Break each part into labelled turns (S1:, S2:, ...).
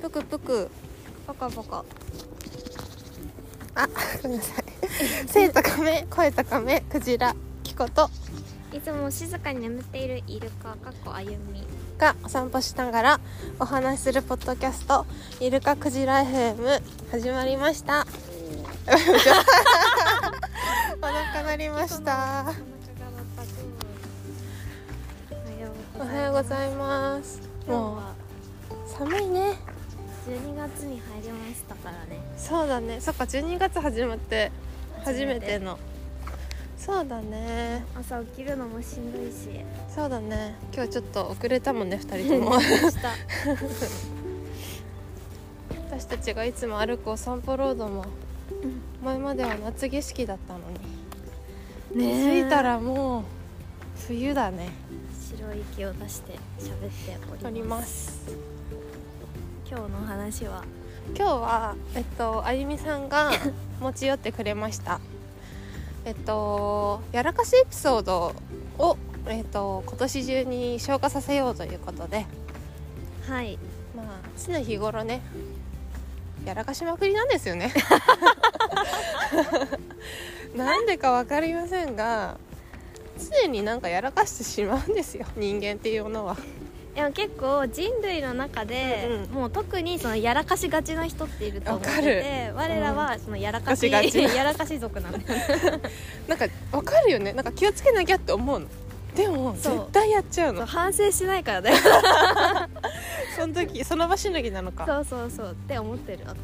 S1: ぷくぷくぽかぽか
S2: あ、ごめんなさい。背高め、声高め、クジラ、キコと
S1: いつも静かに眠っているイルカかっこあゆみ
S2: がお散歩しながらお話しするポッドキャスト、イルカクジラ FM 始まりました。 お腹鳴りました。お
S1: お
S2: は
S1: はよ
S2: よう
S1: う
S2: ご
S1: ございます
S2: ざいます。
S1: 今日
S2: も
S1: は
S2: う寒いね。
S1: 12月に入りましたからね
S2: そうだね。そっか、12月始まって初めての。そうだね。
S1: 朝起きるのもしんどいし
S2: そうだね。今日ちょっと遅れたもんね、二人と も。
S1: 明日
S2: 私たちがいつも歩くお散歩ロードも前までは夏景色だったのに気づいたらもう冬だね
S1: 白い息を出して喋って
S2: お
S1: お
S2: り
S1: ります
S2: ます
S1: 今日の話は
S2: 今日はえっとあゆみさん が持ち寄ってくれましたえっとやらかしエピソードをえっと今年中に消化させようということで
S1: はい
S2: まあ常日頃ねやらかしまくりなんですよねなんでか分かりませんが常になんかやらかしてしまうんですよ人間っていうものは
S1: でも結構人類の中で、
S2: うんうん
S1: もう特にそのやらかしがちな人っていると思って
S2: わか
S1: て我らはそのやらかし,、
S2: やらかしがちな
S1: やらかし族なんで
S2: なんか分かるよねなんか気をつけなきゃって思うのでも
S1: そう
S2: 絶対やっちゃうの
S1: 反省しな いからだよ
S2: その時その場しのぎなのか
S1: そうそうそうって思ってる私は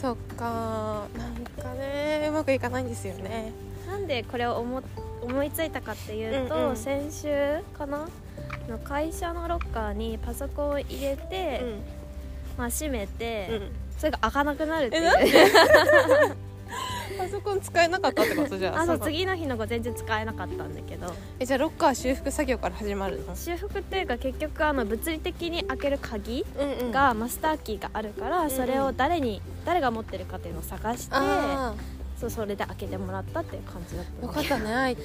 S2: そっかなんかねうまくいかないんですよね
S1: なんでこれを思思いついたかっていうと、
S2: うんうん
S1: 先週かなの会社のロッカーにパソコンを入れて、
S2: うん
S1: まあ、閉めて、
S2: うん
S1: それが開かなくなるってい
S2: えなん
S1: う
S2: パソコン使えなかったってことじゃん
S1: あ
S2: そ
S1: の
S2: の
S1: 次の日の午前中使えなかったんだけど
S2: えじゃあロッカー修復作業から始まるの
S1: 修復っていうか結局あの物理的に開ける鍵
S2: うんう
S1: がマスターキーがあるから、
S2: うん
S1: それを誰に誰が持ってるかっていうのを探して
S2: あー
S1: そうそれで開けてもらったっていう感じだった
S2: よ
S1: の
S2: かったね相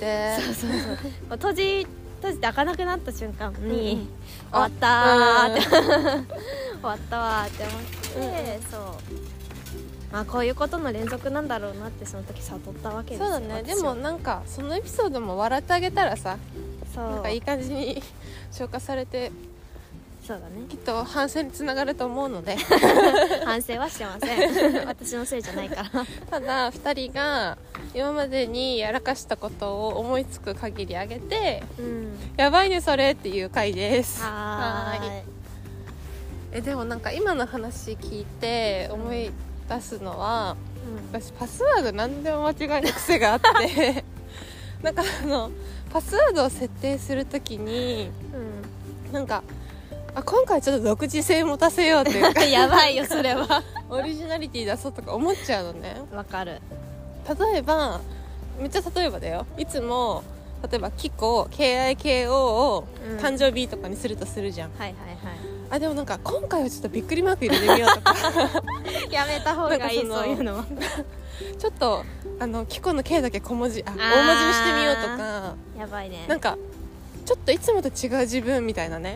S2: 手
S1: そうそうそう 閉じ閉じて開かなくなった瞬間に、
S2: うん
S1: 終わったーって 終わったわーって思って、そうまあこういうことの連続なんだろうなってその時悟ったわけです
S2: そ
S1: よ
S2: うだねで
S1: 私
S2: も
S1: は
S2: なんかそのエピソードも笑ってあげたらさ
S1: そう
S2: なんかいい感じに 消化されて
S1: そうだね
S2: きっと反省につながると思うの で
S1: 反省はしてま せん私のせいじゃないから
S2: ただ2人が今までにやらかしたことを思いつく限りあげて
S1: うん
S2: 「やばいねそれ」っていう回です
S1: は
S2: はーい
S1: ーい
S2: えでもなんか今の話聞いて思い出すのは
S1: うん
S2: 私パスワード何でも間違える癖があって なんかあのパスワードを設定するときに
S1: うん
S2: なんかあ今回ちょっと独自性持たせようっていうか
S1: やばいよそれは
S2: オリジナリティ出そうとか思っちゃうのね
S1: わかる
S2: 例えばめっちゃ例えばだよいつも例えば「キコ」「KIKO」を
S1: うん
S2: 誕生日とかにするとするじゃん、
S1: はいはい
S2: あでもなんか今回はちょっとびっくりマーク入れてみようと か
S1: はいやめた方がいい
S2: なんかその
S1: そういうのは
S2: ちょっとあのキコの K だけ小文字あ大文字にしてみようとか
S1: やばいね
S2: なんかちょっといつもと違う自分みたいな ね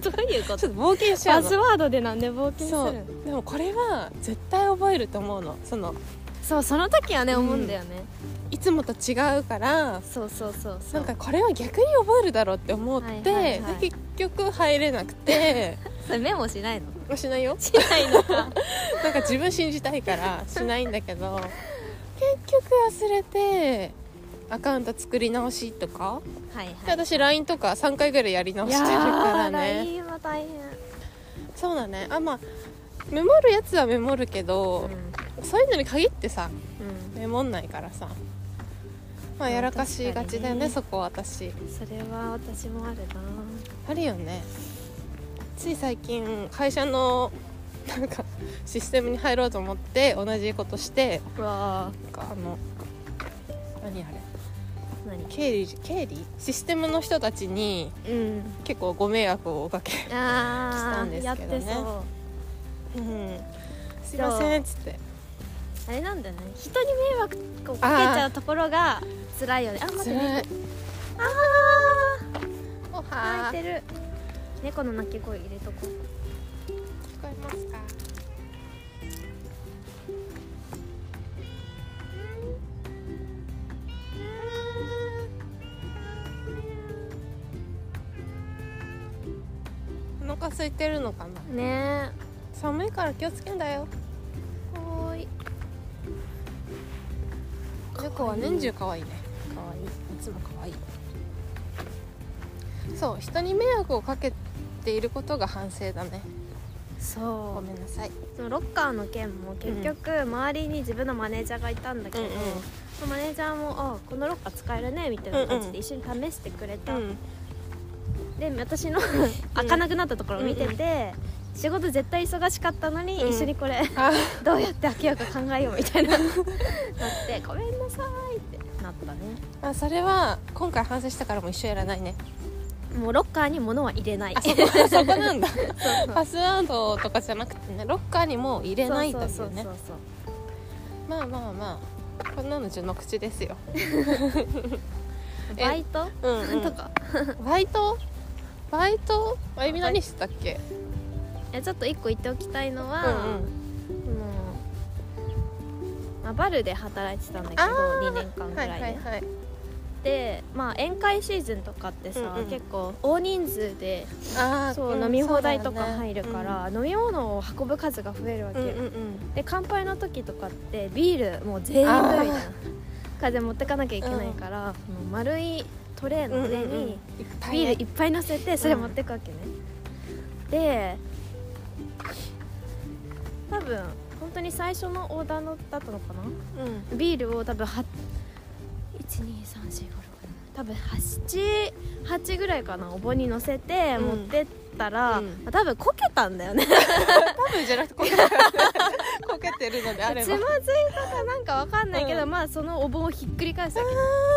S1: どういうこ
S2: ちょっと冒険しちゃ
S1: パ
S2: う
S1: ス
S2: の
S1: ワードでなんで冒険する
S2: そ
S1: の
S2: うでもこれは絶対覚えると思うのその
S1: そうその時はね
S2: うん
S1: 思うんだよね、
S2: いつもと違うから
S1: そうそうそうそ
S2: な
S1: うん
S2: かこれは逆に覚えるだろうって思って、
S1: はいはいはい
S2: で結局入れなく て
S1: それメモしないの
S2: まあしないよ
S1: しないのか
S2: なんか自分信じたいからしないんだけ ど結局忘れてアカウント作り直しとか、
S1: はいはい
S2: で私 LINE とか3回ぐらいやり直してるから
S1: いやー
S2: ね
S1: LINE は大変、
S2: そうだねあまあメモるやつはメモるけ
S1: うん
S2: ど、そういうのに限ってさメモんないからさまあやらかしがちだよね
S1: うん確かにね
S2: そこは私
S1: それは私もあるな
S2: あるよねつい最近会社のなんかシステムに入ろうと思って同じことして
S1: うわ
S2: なんかあの何あれ
S1: ー何
S2: 経理経理システムの人たちに
S1: うん
S2: 結構ご迷惑をおかけ、した
S1: あ
S2: んで
S1: ー
S2: す
S1: やっ
S2: け
S1: て
S2: どね
S1: そ
S2: う
S1: う
S2: ん、すいませんっつって
S1: あれなんだよね人に迷惑をかけちゃうところが辛いよねあ待って
S2: つ
S1: ね
S2: らい
S1: あ
S2: お
S1: あ
S2: は
S1: 泣いてる猫の鳴き声入れとこう
S2: ちこえますかお腹空いてるのかな
S1: ね
S2: 寒いから気をつけんだよ
S1: えはーい
S2: 猫は年中可愛いね
S1: かわいい
S2: いつも可愛いそう人に迷惑をかけていることが反省だねご
S1: そ
S2: めんなさいう
S1: そのロッカーの件も結局周りに自分のマネージャーがいたんだけど、
S2: うん
S1: マネージャーも「あこのロッカー使えるね」みたいな感じで一緒に試してくれた、で私 の開かなくなったところを見てて、仕事絶対忙しかったのに、
S2: うん
S1: 一緒にこれ
S2: あ
S1: どうやって開けようか考えようみたいななって「ごめんなさい」ってなったね
S2: あそれは今回反省したからもう一生やらないね
S1: もうロッカーに物は入れない
S2: あそこそこ なんだ
S1: う
S2: パスワードとかじゃなくてねロッカーにもう入れないんだよね
S1: そうそうそうそう
S2: まあまあまあこんなの序の口ですよ、え
S1: バイト
S2: うんうん
S1: とか
S2: バイトバイトあゆみ何してたっけ
S1: いやちょっと一個言っておきたいのは、
S2: うんうん
S1: そのまあ、バルで働いてたんだけど
S2: あー
S1: 2年間ぐら
S2: はいい
S1: ね、
S2: はいはい
S1: で、まあ、宴会シーズンとかってさ、
S2: うんうん
S1: 結構大人数で
S2: あー
S1: そう、
S2: ん
S1: 飲み放題と
S2: そう
S1: か
S2: だね
S1: 入るから、飲み物を運ぶ数が増えるわけ
S2: うん
S1: よ、
S2: うんうん
S1: で乾杯の時とかってビールもう全員分みたいな風持ってかなきゃいけないから、もう丸いトレー
S2: うん
S1: の
S2: うん
S1: 上
S2: うん
S1: に
S2: いっぱい
S1: ビ
S2: ね
S1: ールいっぱい乗せてそれ持ってくわけね、で多分本当に最初のオーダーのだったのかな
S2: うん
S1: ビールを多分は12345多分8 8ぐらいかなお盆に乗せて
S2: うん
S1: 持ってったら、
S2: うん
S1: 多分こけたんだよね
S2: 多分じゃなくてこけてるこけてるのであれ
S1: つ
S2: ば
S1: まずいたかなんかわかんないけど、
S2: う
S1: まあそのお盆をひっくり返すわ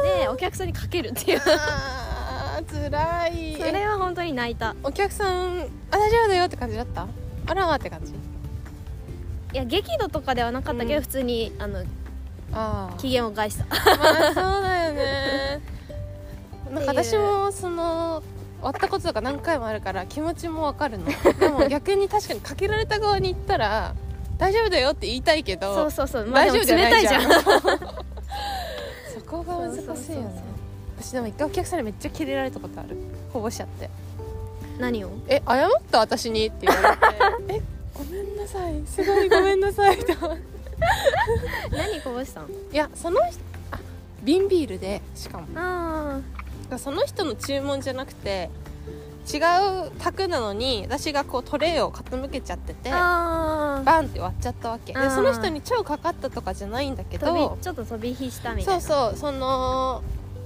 S1: けでお客さんにかけるっていう
S2: あーつらい
S1: それは本当に泣いた
S2: お客さんあ大丈夫だよって感じだったあらわって感じ
S1: いや激怒とかではなかったけど、
S2: うん
S1: 普通にあの
S2: あ
S1: 機嫌を害した
S2: あ まあそうだよねなんか
S1: って
S2: 私
S1: いう
S2: もその割ったこととか何回もあるから気持ちもわか るのでも逆に確かにかけられた側に行ったら大丈夫だよって言いたいけど
S1: そうそうそう、まあ、
S2: 大
S1: で
S2: 丈夫じ
S1: も
S2: ゃな
S1: 冷たい
S2: い
S1: じ
S2: じ
S1: ゃ
S2: ゃ
S1: ん
S2: ん そこが難しいよね
S1: そうそうそうそう
S2: 私でも一回お客さんにめっちゃキレられたことある保護者って
S1: 何を
S2: 「え謝った私に」って言われ て「えごめんなさいすごいごめんなさい」と
S1: 何こぼしたん
S2: いやその人あ瓶ビールでしかも
S1: あ
S2: その人の注文じゃなくて違う卓なのに私がこうトレイを傾けちゃってて
S1: ーあー
S2: バンって割っちゃったわけで
S1: あー
S2: その人に超かかったとかじゃないんだけ
S1: 飛
S2: ど
S1: びちょっと飛び火したみたい
S2: そう
S1: な
S2: そうその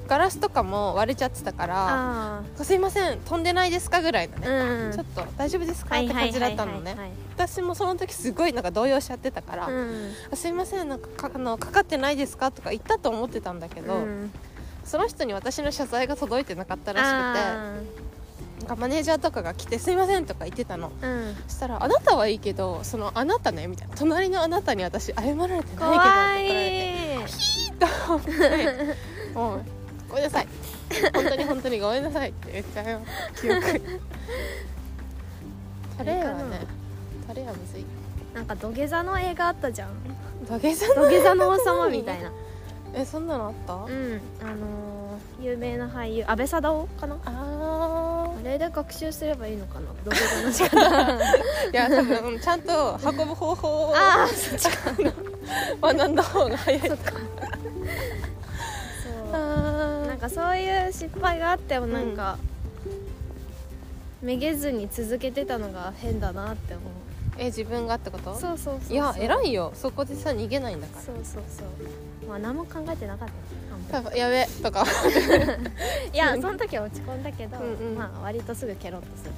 S2: ガラスとかも割れちゃってたから
S1: あ
S2: 「すいません飛んでないですか?」ぐらいの
S1: あ
S2: ね、
S1: うん
S2: ちょっと大丈夫ですか
S1: は
S2: っ
S1: い
S2: て
S1: はい
S2: 感じ
S1: は
S2: だ
S1: い
S2: ったのね、
S1: はい
S2: 私もその時すごいなんか動揺しちゃってたから「
S1: うん
S2: あすいませんなんかかあのかかってないですか?」とか言ったと思ってたんだけど、
S1: うん
S2: その人に私の謝罪が届いてなかったらしく
S1: あ
S2: てなんかマネージャーとかが来て「すいません」とか言ってたの
S1: ーうん
S2: そしたら「あなたはいいけどそのあなたね」みたいな隣のあなたに私謝られてないけどって
S1: 怖
S2: 怒られて
S1: い
S2: と思って「もうごめんなさい本当に本当にごめんなさい」って言っちゃう 記憶トレイはねトレイはむずい
S1: なんか土下座の映画あったじゃん
S2: 土下座
S1: 土下座の王様みたいな
S2: えそんなのあった、
S1: うんあのー有名な俳優安倍貞夫かな
S2: あ
S1: あれで学習すればいいのかな土下座の仕方
S2: ーいや多分ちゃんと運ぶ方法を
S1: ああそっちか
S2: 学んだ方が早い
S1: そっかそ
S2: あ
S1: うなんかそういう失敗があってもなんか、めげずに続けてたのが変だなって思う
S2: え自分がってこと
S1: そうそうそうそうい
S2: や偉
S1: い
S2: いよそこでさ逃げないんだか
S1: そうそうそうまあ何も考えてなかったあんまり
S2: らやべとか
S1: いやその時は落ち込んだけど、
S2: うんうん
S1: まあ割とすぐケロッとする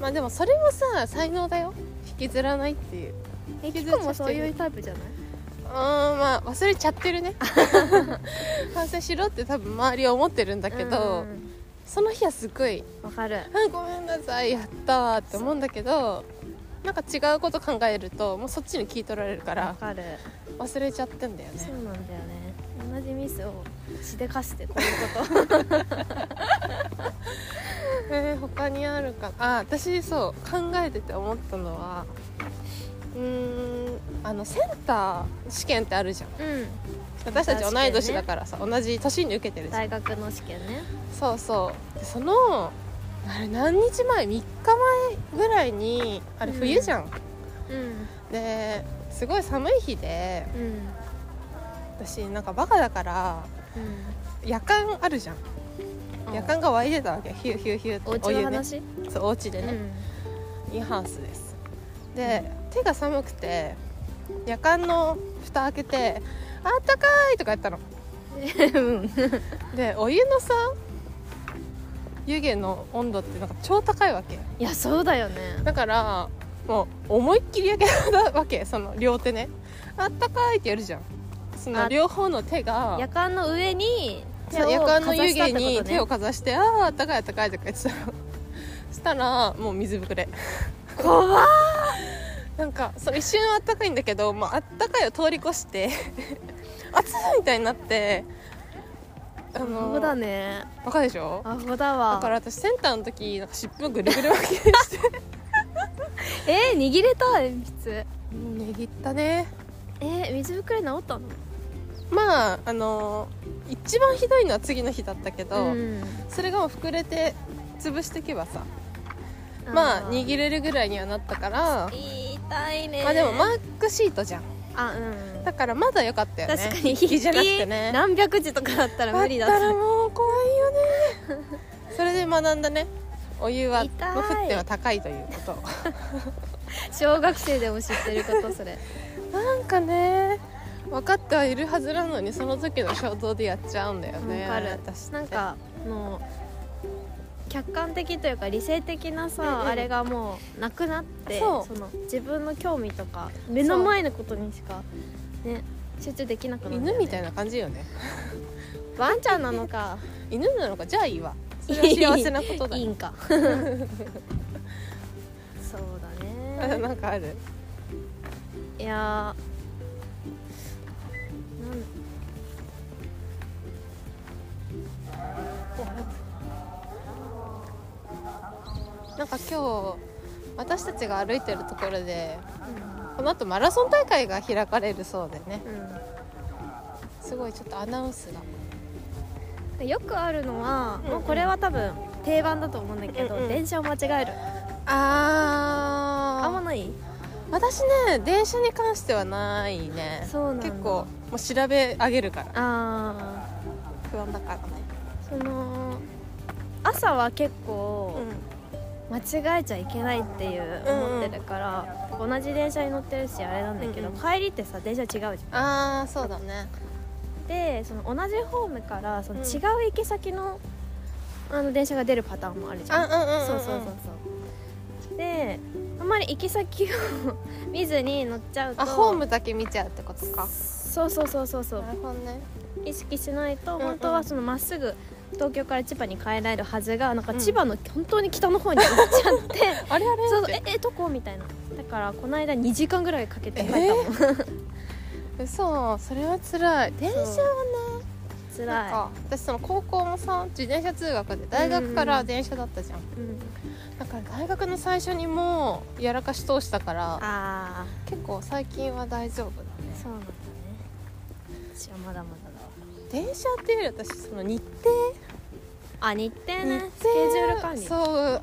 S2: まあでもそれもさ才能だよ引きずらないっていう
S1: え
S2: 引き
S1: キ
S2: ずっ
S1: コ
S2: ちゃ
S1: も
S2: ってる
S1: そういうタイプじゃないう
S2: ーんまあ忘れちゃってるね反省しろって多分周りは思ってるんだけど、
S1: うん
S2: その日はすごい
S1: わかる
S2: 「あごめんなさいやった」って思うんだけどなんか違うこと考えるともうそっちに聞い取られるか
S1: わ
S2: ら
S1: かる
S2: 忘れちゃってんだよ
S1: そう
S2: ね
S1: なんだよね同じミスをしでかしてこういうこと
S2: うえー、他にあるかなあ私そう考えてて思ったのはうーんあのセンター試験ってあるじゃん
S1: うん
S2: 私たち同い年だからさ、同じ年に受けてるじゃん
S1: 大学の試験ね
S2: そうそうでそのあれ何日前3日前ぐらいにあれ
S1: うん
S2: 冬じゃん、
S1: うん
S2: ですごい寒い日で
S1: うん
S2: 私なんかバカだから夜間あるじゃん
S1: うん
S2: 夜間が湧いてたわけヒューヒューヒューって
S1: お家の話、
S2: ねそうお家で
S1: う
S2: ね、
S1: ん
S2: インハウスですで、手が寒くて夜間の蓋開けて「あったかい!」とかやったの
S1: うん
S2: でお湯のさ湯気の温度ってなんか超高いわけ
S1: いやそうだよね
S2: だからもう思いっきり焼けたわけその両手ねあったかいってやるじゃんその
S1: あ
S2: 両方の手が
S1: 夜間の上に手を
S2: 夜間の湯気
S1: か
S2: に
S1: ざしたってことね
S2: 手をかざして「あああったかいあったかい」とか言ってたらしたらもう水ぶくれ
S1: 怖っ
S2: なんかそう一瞬あったかいんだけど、まああったかいを通り越して 熱いみたいになってあの
S1: そうだね
S2: バカでしょ
S1: アホだ
S2: だ
S1: わ
S2: から私センターの時なんか湿布ぐるぐる巻きに して
S1: えー、握れた鉛筆
S2: うん握ったね
S1: えー、水ぶくれ治ったの
S2: まああの一番ひどいのは次の日だったけど、
S1: ん、
S2: それがもう膨れて潰していけばさまあ
S1: ー
S2: 握れるぐらいにはなったから、
S1: 痛いね
S2: まあでもマークシートじゃん
S1: あうん
S2: だからまだ良かったよね
S1: 確かに
S2: 筆記じゃなくてね
S1: 何百字とかだったら無理だ
S2: だっ
S1: った
S2: ら
S1: た
S2: もう怖いよね それで学んだねお湯はの
S1: 痛い
S2: 沸点は高いということ
S1: 小学生でも知ってることそれ
S2: なんかね分かってはいるはずなのにその時の衝動でやっちゃうんだよね
S1: わかる
S2: 私って
S1: なんかもう客観的というか理性的なさ、
S2: うんうん
S1: あれがもうなくなって
S2: そう
S1: の自分の興味とか目の前のことにしかね集中できなくな
S2: 犬みたい
S1: な
S2: な感じよね
S1: ワンちゃんなのか
S2: 犬なのかじゃあいい わそれは幸せなことだ
S1: いい
S2: よ
S1: んかそうだね
S2: あ なんかある
S1: いや
S2: なんか今日私たちが歩いてるところで
S1: ー
S2: この後マラソン大会が開かれるそうでね
S1: なん、うん
S2: すごいちょっとアナウンスが
S1: うん、よくあるのは、
S2: うん
S1: もうこれは多分定番だと思うんだけど、
S2: うんうん
S1: 電車を間違えるあ
S2: あ
S1: んまない
S2: 私ね電車に関してはないね
S1: そうなんだ
S2: 結構もう調べ上げるから
S1: あ
S2: 不安だからね
S1: ーその朝は結構間違えちゃいけないっていう
S2: うんうん
S1: 思ってるから、同じ電車に乗ってるしあれなんだけど、
S2: うんうん
S1: 帰りってさ電車違うじゃん
S2: ああそうだね
S1: でその同じホームからその
S2: うん
S1: 違う行き先の,、あの電車が出るパターンもあるじゃん
S2: あうんうん
S1: そうそうそうそうであんまり行き先を 見ずに乗っちゃうと
S2: あホームだけ見ちゃうってことか
S1: そうそうそうそうそう
S2: なるほどね
S1: 意識しないと
S2: うんうん
S1: 本当はそのまっすぐ東京から千葉に帰られるはずがなんか
S2: うん
S1: 千葉の本当に北の方に行っちゃって
S2: あれあれ
S1: そう
S2: っ
S1: そう
S2: て
S1: ええどこみたいなだからこの間2時間ぐらいかけて帰ったもん、
S2: 嘘それは辛い電車は
S1: 辛い
S2: なんか私その高校もさ自転車通学で大学から電車だったじゃん、
S1: うん、
S2: だから大学の最初にもうやらかし通したから
S1: ああ
S2: 結構最近は大丈夫だね
S1: そうなんだね私はまだまだだわ
S2: 電車っていうより私その日
S1: あ日程ね
S2: 日程
S1: スケジュール管理
S2: そうあー本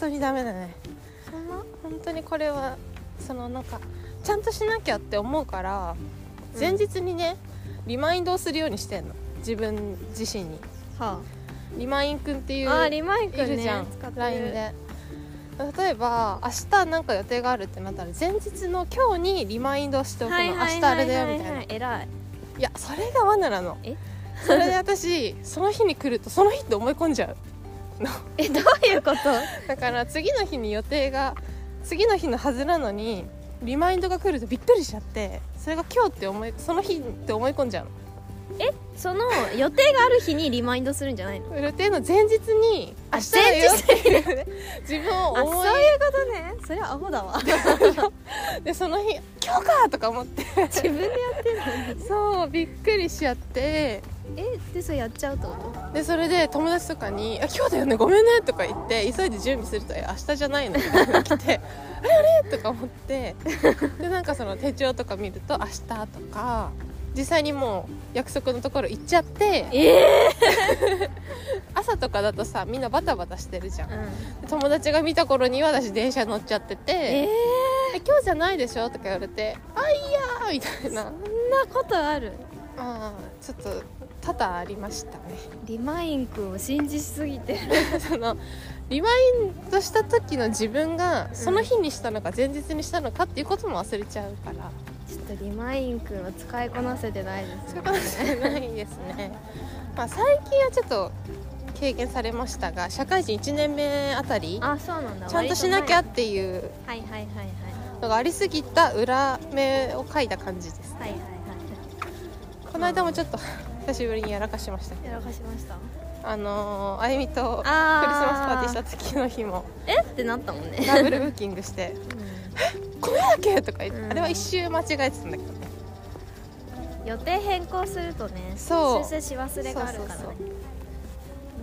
S2: 当にダメだね
S1: そんな
S2: 本当にこれはそのなんかちゃんとしなきゃって思うから
S1: うん
S2: 前日にね、リマインドをするようにしてんの自分自身に
S1: は
S2: リマインくんっていう
S1: ああーリマイクね
S2: いるじゃん
S1: 使ってる
S2: LINE で例えば明日なんか予定があるってなったら前日の今日にリマインドしておくの、
S1: はいはい
S2: 明日あれだ
S1: は
S2: よみ
S1: い
S2: たい
S1: は
S2: ない
S1: はい偉い
S2: いやそれが罠なの
S1: え
S2: それで私その日に来るとその日って思い込んじゃう
S1: えどういうこと
S2: だから次の日に予定が次の日のはずなのにリマインドが来るとびっくりしちゃってそれが今日って思いその日って思い込んじゃう
S1: その予定がある日にリマインドするんじゃないの
S2: の予定の前日に
S1: あ
S2: 明日だよっていうね自分を
S1: あそう
S2: 思い
S1: いうことねそれはアホ だわ
S2: でその日今日かとか思って
S1: 自分でやってるのに
S2: そうびっくりしちゃって
S1: えでそれやっちゃうってこと
S2: でそれで友達とかに「あ今日だよねごめんね」とか言って急いで準備すると「え明日じゃないの?」って来て 「あれあれ?」とか思ってでなんかその手帳とか見ると「明日」とか実際にもう約束のところ行っちゃって
S1: ええ
S2: 朝とかだとさみんなバタバタしてるじゃん
S1: うん
S2: で友達が見た頃には私電車乗っちゃってて「
S1: ええ
S2: え今日じゃないでしょ?」とか言われて「あいやー」みたいな
S1: そんなことある
S2: あーちょっと多々ありましたね
S1: リマイン君を信じしすぎてる
S2: そのリマインドした時の自分がその日にしたのか前日にしたのかっていうことも忘れちゃうから
S1: ちょっとリマイン君は使いこなせてないで
S2: そ
S1: す
S2: うい
S1: ね
S2: うことじゃないですね、 まあ、最近はちょっと経験されましたが社会人1年目あたり
S1: あそうなんだ
S2: ちゃんとしなきゃっ
S1: 割
S2: ていう
S1: と前はいはいはいはい
S2: のがありすぎた裏目を書いた感じです
S1: はいはいは
S2: この間もちょっと 久しぶりにやらかしました
S1: いやらかしました
S2: あのーあゆみとクリスマスパー
S1: あー
S2: ティーした時の日も
S1: えってなったもんね、
S2: ダブルブッキング して「これだっけ?」とか言って、
S1: うん
S2: あれは一周間違えてたんだけどね
S1: 予定変更するとね
S2: そう
S1: 修正し忘れがあるか
S2: そうそ
S1: らね
S2: うそ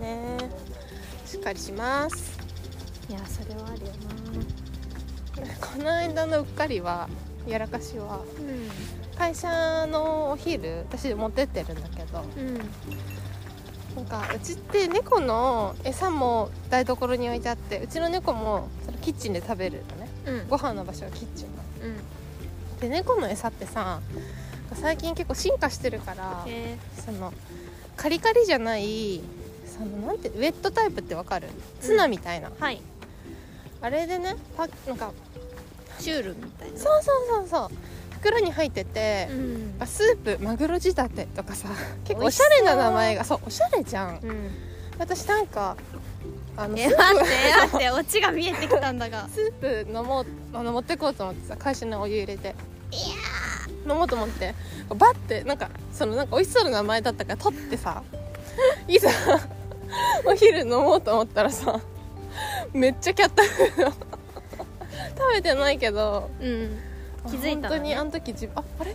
S2: うねえしっかりします
S1: いやそれはあるよな
S2: この間のうっかりはやらかしは
S1: う
S2: 会社のお昼私持ってってるんだけど
S1: んうん
S2: なんかうちって猫の餌も台所に置いてあってうちの猫もそのキッチンで食べるのね
S1: うん
S2: ご飯の場所はキッチンなの
S1: うん
S2: で猫の餌ってさ最近結構進化してるから
S1: え
S2: そのカリカリじゃないそのなんてウェットタイプってわかるツナみたいな、
S1: ー、はい
S2: あれでねパなんか
S1: シュールみたいな
S2: そうそうそうそう袋に入ってて、
S1: ん
S2: あスープマグロ仕立てとかさ結構
S1: 美
S2: お
S1: 味し
S2: し
S1: そう
S2: ゃれな名前がそうおしゃれじゃん
S1: うん、
S2: 私なんかあのス
S1: え待っ
S2: ー
S1: て
S2: プ
S1: 待ってオチが見えてきたんだが
S2: スープ飲もうあの持ってこうと思ってさ会社のお湯入れていやー飲もうと思ってバッてなんかそのなんか美味しそうな名前だったから取ってさいざお昼飲もうと思ったらさめっちゃキャッタフード食べてないけど
S1: うん気づい
S2: 本
S1: たのね
S2: 当にあの時自分ああれ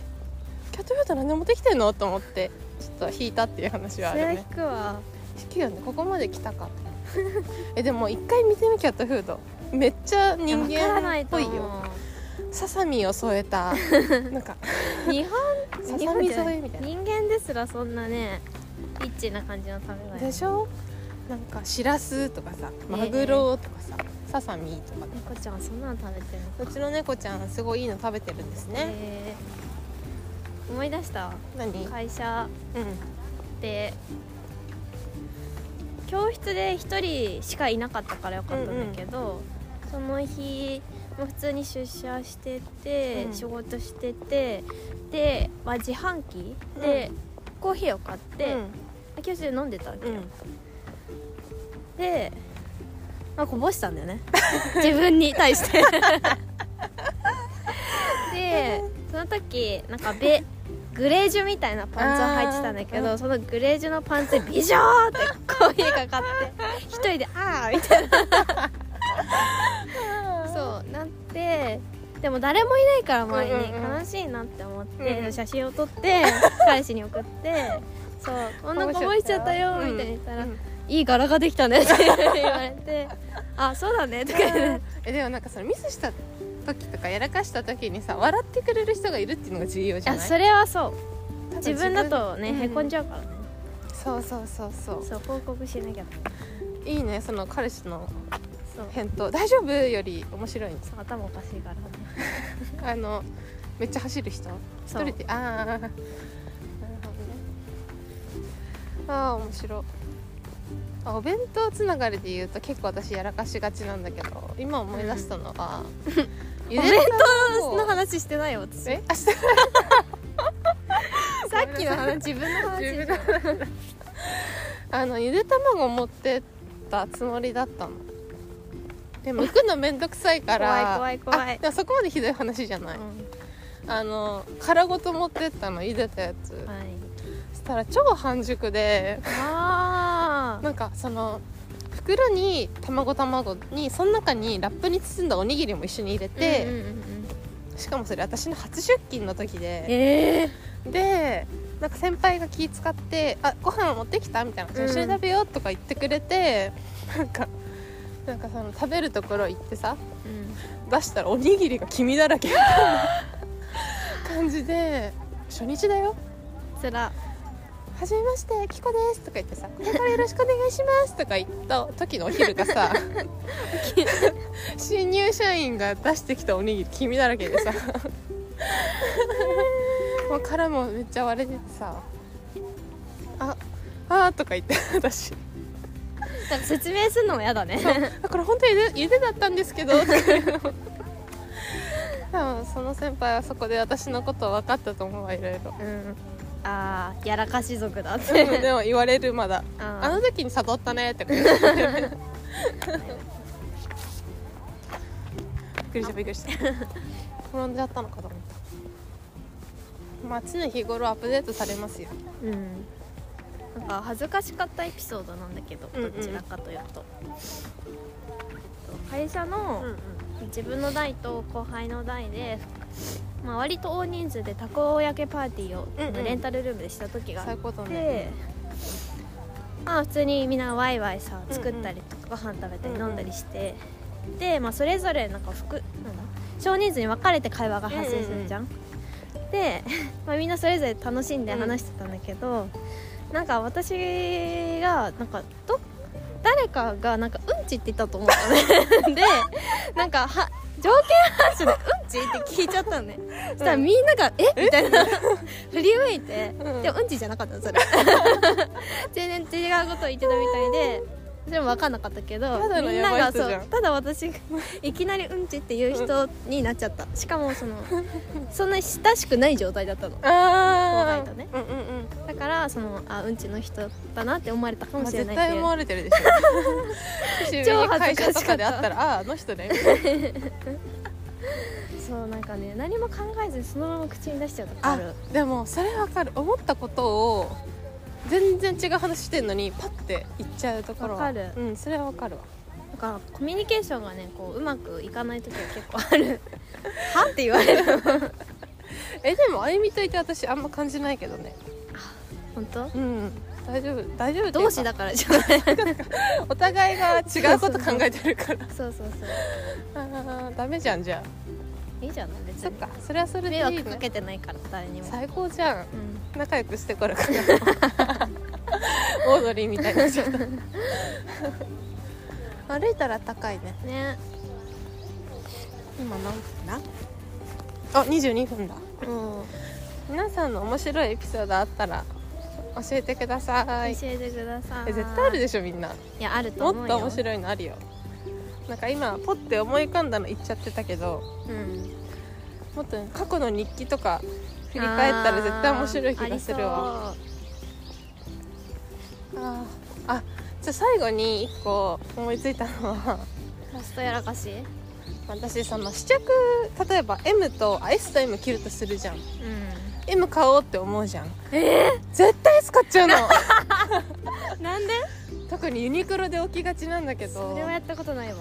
S2: キャットフード何持ってきてんのと思ってちょっと引いたっていう話はあ
S1: そ
S2: る
S1: れは
S2: ね
S1: 引くわ
S2: 引くよねここまで来たか えでも一回見てみキャットフードめっちゃ人
S1: わからな
S2: 間っぽいよ
S1: 思う
S2: ささみを添え たなんか
S1: 日本
S2: さ
S1: 日
S2: さ
S1: 本
S2: み
S1: じゃな
S2: 添
S1: い
S2: えみたいな
S1: 人間ですらそんなねリッチな感じの食べ物
S2: でしょなんかしらすとかさマグロとかさささみとか
S1: 猫ちゃんはそんなの食べてるの
S2: うちの猫ちゃんすごいいいの食べてるんですね、
S1: えー思い出した
S2: 何、
S1: 会社
S2: うん
S1: で教室で1人しかいなかったからよかったんだけど、その日も普通に出社してて、
S2: うん
S1: 仕事しててで、まあ、自販機で、コーヒーを買って、教室で飲んでたわけ
S2: う
S1: よ、
S2: んうん
S1: で、まあ、こぼしたんだよ ね自分に対してでその時なんかベグレージュみたいなパンツを履いてたんだけ
S2: あー
S1: どそのグレージュのパンツでビジョーってコーヒーかかって一人で「あー」みた いなそうなってでも誰もいないから周りに、
S2: うんうんうん
S1: 悲しいなって思って、
S2: うんうん
S1: 写真を撮って彼氏に送って「そうこんなこぼしちゃったよ」みたいに言ったら「
S2: うん
S1: いい柄ができたね って言われてあそうだ ねとか言っ
S2: えでもなんかそのミスした時とかやらかした時にさ笑ってくれる人がいるっていうのが重要じ
S1: て
S2: ゃ
S1: あ
S2: ない
S1: それはそう
S2: た
S1: 自分だとね、へこんじ
S2: ゃ
S1: ゃうからね
S2: うんそうそうそうそう
S1: そう報告しなきゃ
S2: いいねその彼氏の
S1: そう
S2: 返答「大丈夫?」より面白いんです
S1: そう頭おかしいからね
S2: あのめっちゃ走る人一
S1: そう
S2: 人でああなるほどねああ面白いあお弁当つながりで言うと結構私やらかしがちなんだけど今思い出したのは、
S1: お弁当の話してないよ私さ
S2: えあして
S1: っきの話自分の話
S2: 自分のあのゆで卵持ってったつもりだったのでも行くのめんどくさいから
S1: 怖い怖い怖い
S2: あでもそこまでひどい話じゃない、あの殻ごと持ってったのゆでたやつ、
S1: うんはい
S2: そしたら超半熟で
S1: あー
S2: なんかその袋に卵卵にその中にラップに包んだおにぎりも一緒に入れて、
S1: うんうんうんうん
S2: しかもそれ私の初出勤の時で
S1: え
S2: でなんか先輩が気使って「あご飯持ってきた?」みたいな「
S1: うん
S2: 一緒に食べよう」とか言ってくれて、なんかなんかその食べるところ行ってさ出したらおにぎりが黄身だらけみたいな感じで初日だよ
S1: つら
S2: 「はじめましてキコです」とか言ってさ「これからよろしくお願いします」とか言った時のお昼がさ新入社員が出してきたおにぎり黄身だらけでさもう殻もめっちゃ割れててさ「ああー」とか言って私
S1: なんか説明するのも嫌だね
S2: あこれ本当にゆでゆでだったんですけど」とか言うの多分その先輩はそこで私のこと分かったと思うわいろいろ
S1: うんああやらかし族だっ
S2: でも
S1: て
S2: でも言われるまだ「
S1: あー
S2: あの時に悟ったね」とか言ってびっくりしたびっくりした転んじゃったのかと思ったまあ常日頃アップデートされますよ
S1: うんなんか恥ずかしかったエピソードなんだけど
S2: うんう
S1: ど
S2: ん
S1: ちらかというと、会社の自分の代と後輩の代で、まあ、割と大人数でたこ焼けパーティーを
S2: うんうん
S1: レンタルルームでした時があ
S2: そうい
S1: っ
S2: うことね
S1: て、まあ普通にみんなワイワイさ作ったりとかご飯食べたり飲んだりして、で、まあ、それぞれなんか服なんだ少人数に分かれて会話が発生するじゃん、で、 まあ、みんなそれぞれ楽しんで話してたんだけど、なんか私がなんかど誰かがなんかうんちって言ったと思った ねでなんかは条件反射でうんちって聞いちゃったのね、そしたらみんなが「えみたいな振り向いて、
S2: うん
S1: でもうんちじゃなかったの それ全然違うことを言ってたみたいでそれも分かんなかったけど
S2: ただの
S1: みん
S2: や
S1: な
S2: ばい
S1: が
S2: 人じゃ
S1: そ
S2: ん
S1: うただ私がいきなりうんちって言う人になっちゃったしかも そのそんなに親しくない状態だったの
S2: あ
S1: 後輩とね
S2: うんうんうん
S1: だからそのあうんちの人だなって思われたかも
S2: まあ
S1: しれ
S2: 絶
S1: ないって
S2: 対
S1: いう
S2: 思われてるでしょ 年上に会社とかであったらあああの人ねみたいな
S1: そうなんかね何も考えずにそのまま口に出しちゃうとかあ
S2: あ
S1: る
S2: でもそれわかる思ったことを全然違う話してんのにパッて言っちゃうところは
S1: わかる
S2: うんそれはわかるわ
S1: だからコミュニケーションがねこううまくいかない時は結構あるはって言わ れる
S2: えでもあゆみといて私あんま感じないけどね
S1: 本当
S2: うん大丈夫大丈夫っていうか
S1: 同志だからじゃない
S2: お互いが違うこと考えてるから
S1: そうそうそう
S2: あーダメじゃんじゃあ
S1: いいじゃない別に
S2: そっかそれはそれでい
S1: 迷
S2: い
S1: 惑
S2: ね
S1: かけてないから誰にも、
S2: 最高じゃん
S1: うん、
S2: 仲良くしてこれから オードリーみたいになっちゃった 歩いたら高いね
S1: ね
S2: 今何分だあ22分だ
S1: もう
S2: 皆さんの面白いエピソードあったら教えてください
S1: 教えてください
S2: え絶対あるでしょみんない
S1: やあると
S2: も
S1: 思
S2: っ
S1: う
S2: と
S1: よ
S2: 面
S1: い、
S2: 白いのあるよなんか今ポッて思い浮かんだの言っちゃってたけど
S1: うん、
S2: もっと過去の日記とか振り返ったら絶対面白い気がするわ
S1: あーあり
S2: あーあじゃあ最後に1個思いついたのは
S1: そうラストやらかし
S2: 私その試着例えば M とあ S と M 着るとするじゃん
S1: う
S2: M 買おうって思うじゃん
S1: え
S2: 絶対使っちゃう の
S1: んなんで
S2: 特にユニクロで置きがちなんだけど
S1: それはやったことないわ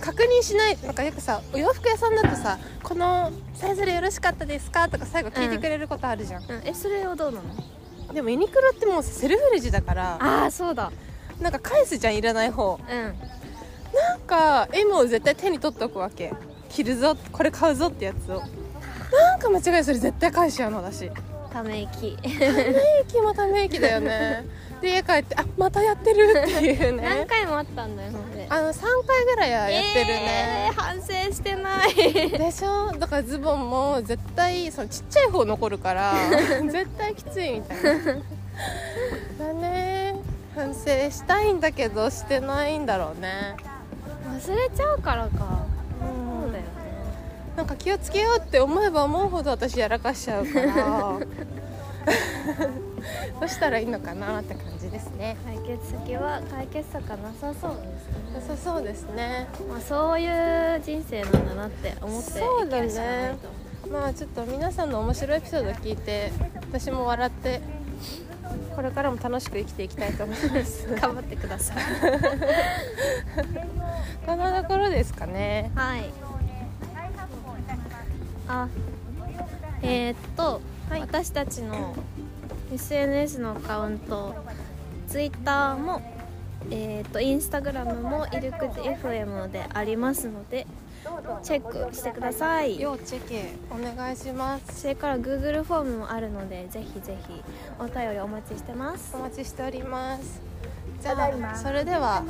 S2: 確認しないなんかよくさお洋服屋さんだとさ「このサイズでよろしかったですか?」とか最後聞いてくれることあるじゃん、
S1: うん、えそれはどうなの
S2: でもユニクロってもうセルフレジだから
S1: ああそうだ
S2: なんか返すじゃんいらない方
S1: うん
S2: なんか M を絶対手に取っておくわけ着るぞこれ買うぞってやつをなんか間違いそれ絶対返しちゃうの私
S1: ため息
S2: 息もため息だよね で家帰ってあまたやってるっていう
S1: 何
S2: ね
S1: 回もあったんだよそれ
S2: あの3回ぐらいはやってる
S1: え
S2: ね
S1: ー、、反省してない
S2: でしょだからズボンも絶対そのちっちゃい方残るから 絶対きついみたいなだね反省したいんだけどしてないんだろうね
S1: 忘れちゃうからかそうだよね
S2: なんか気をつけようって思えば思うほど私やらかしちゃうから どうしたらいいのかなって感じですね
S1: 解決先は解決策はなさそうです
S2: 良さそうですね
S1: ね、まあ、そういう人生なんだなって思って
S2: そうだね
S1: 生きるしかないと思
S2: まあちょっと皆さんの面白いエピソード聞いて私も笑ってこれからも楽しく生きていきたいと思います
S1: う頑張ってください
S2: こんなところですかね
S1: はいあえー、っと、私たちの SNS のアカウント Twitter もえっ、とインスタグラムもイルクジ FM でありますのでチェックしてください
S2: 要チェケお願いします
S1: それから Google フォームもあるのでぜひぜひお便りお待ちしてます
S2: お待ちしておりますじゃあそれでは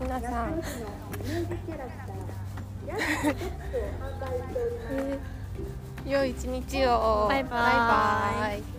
S2: 皆さ ん良い一日を
S1: バイバイ
S2: バイバイ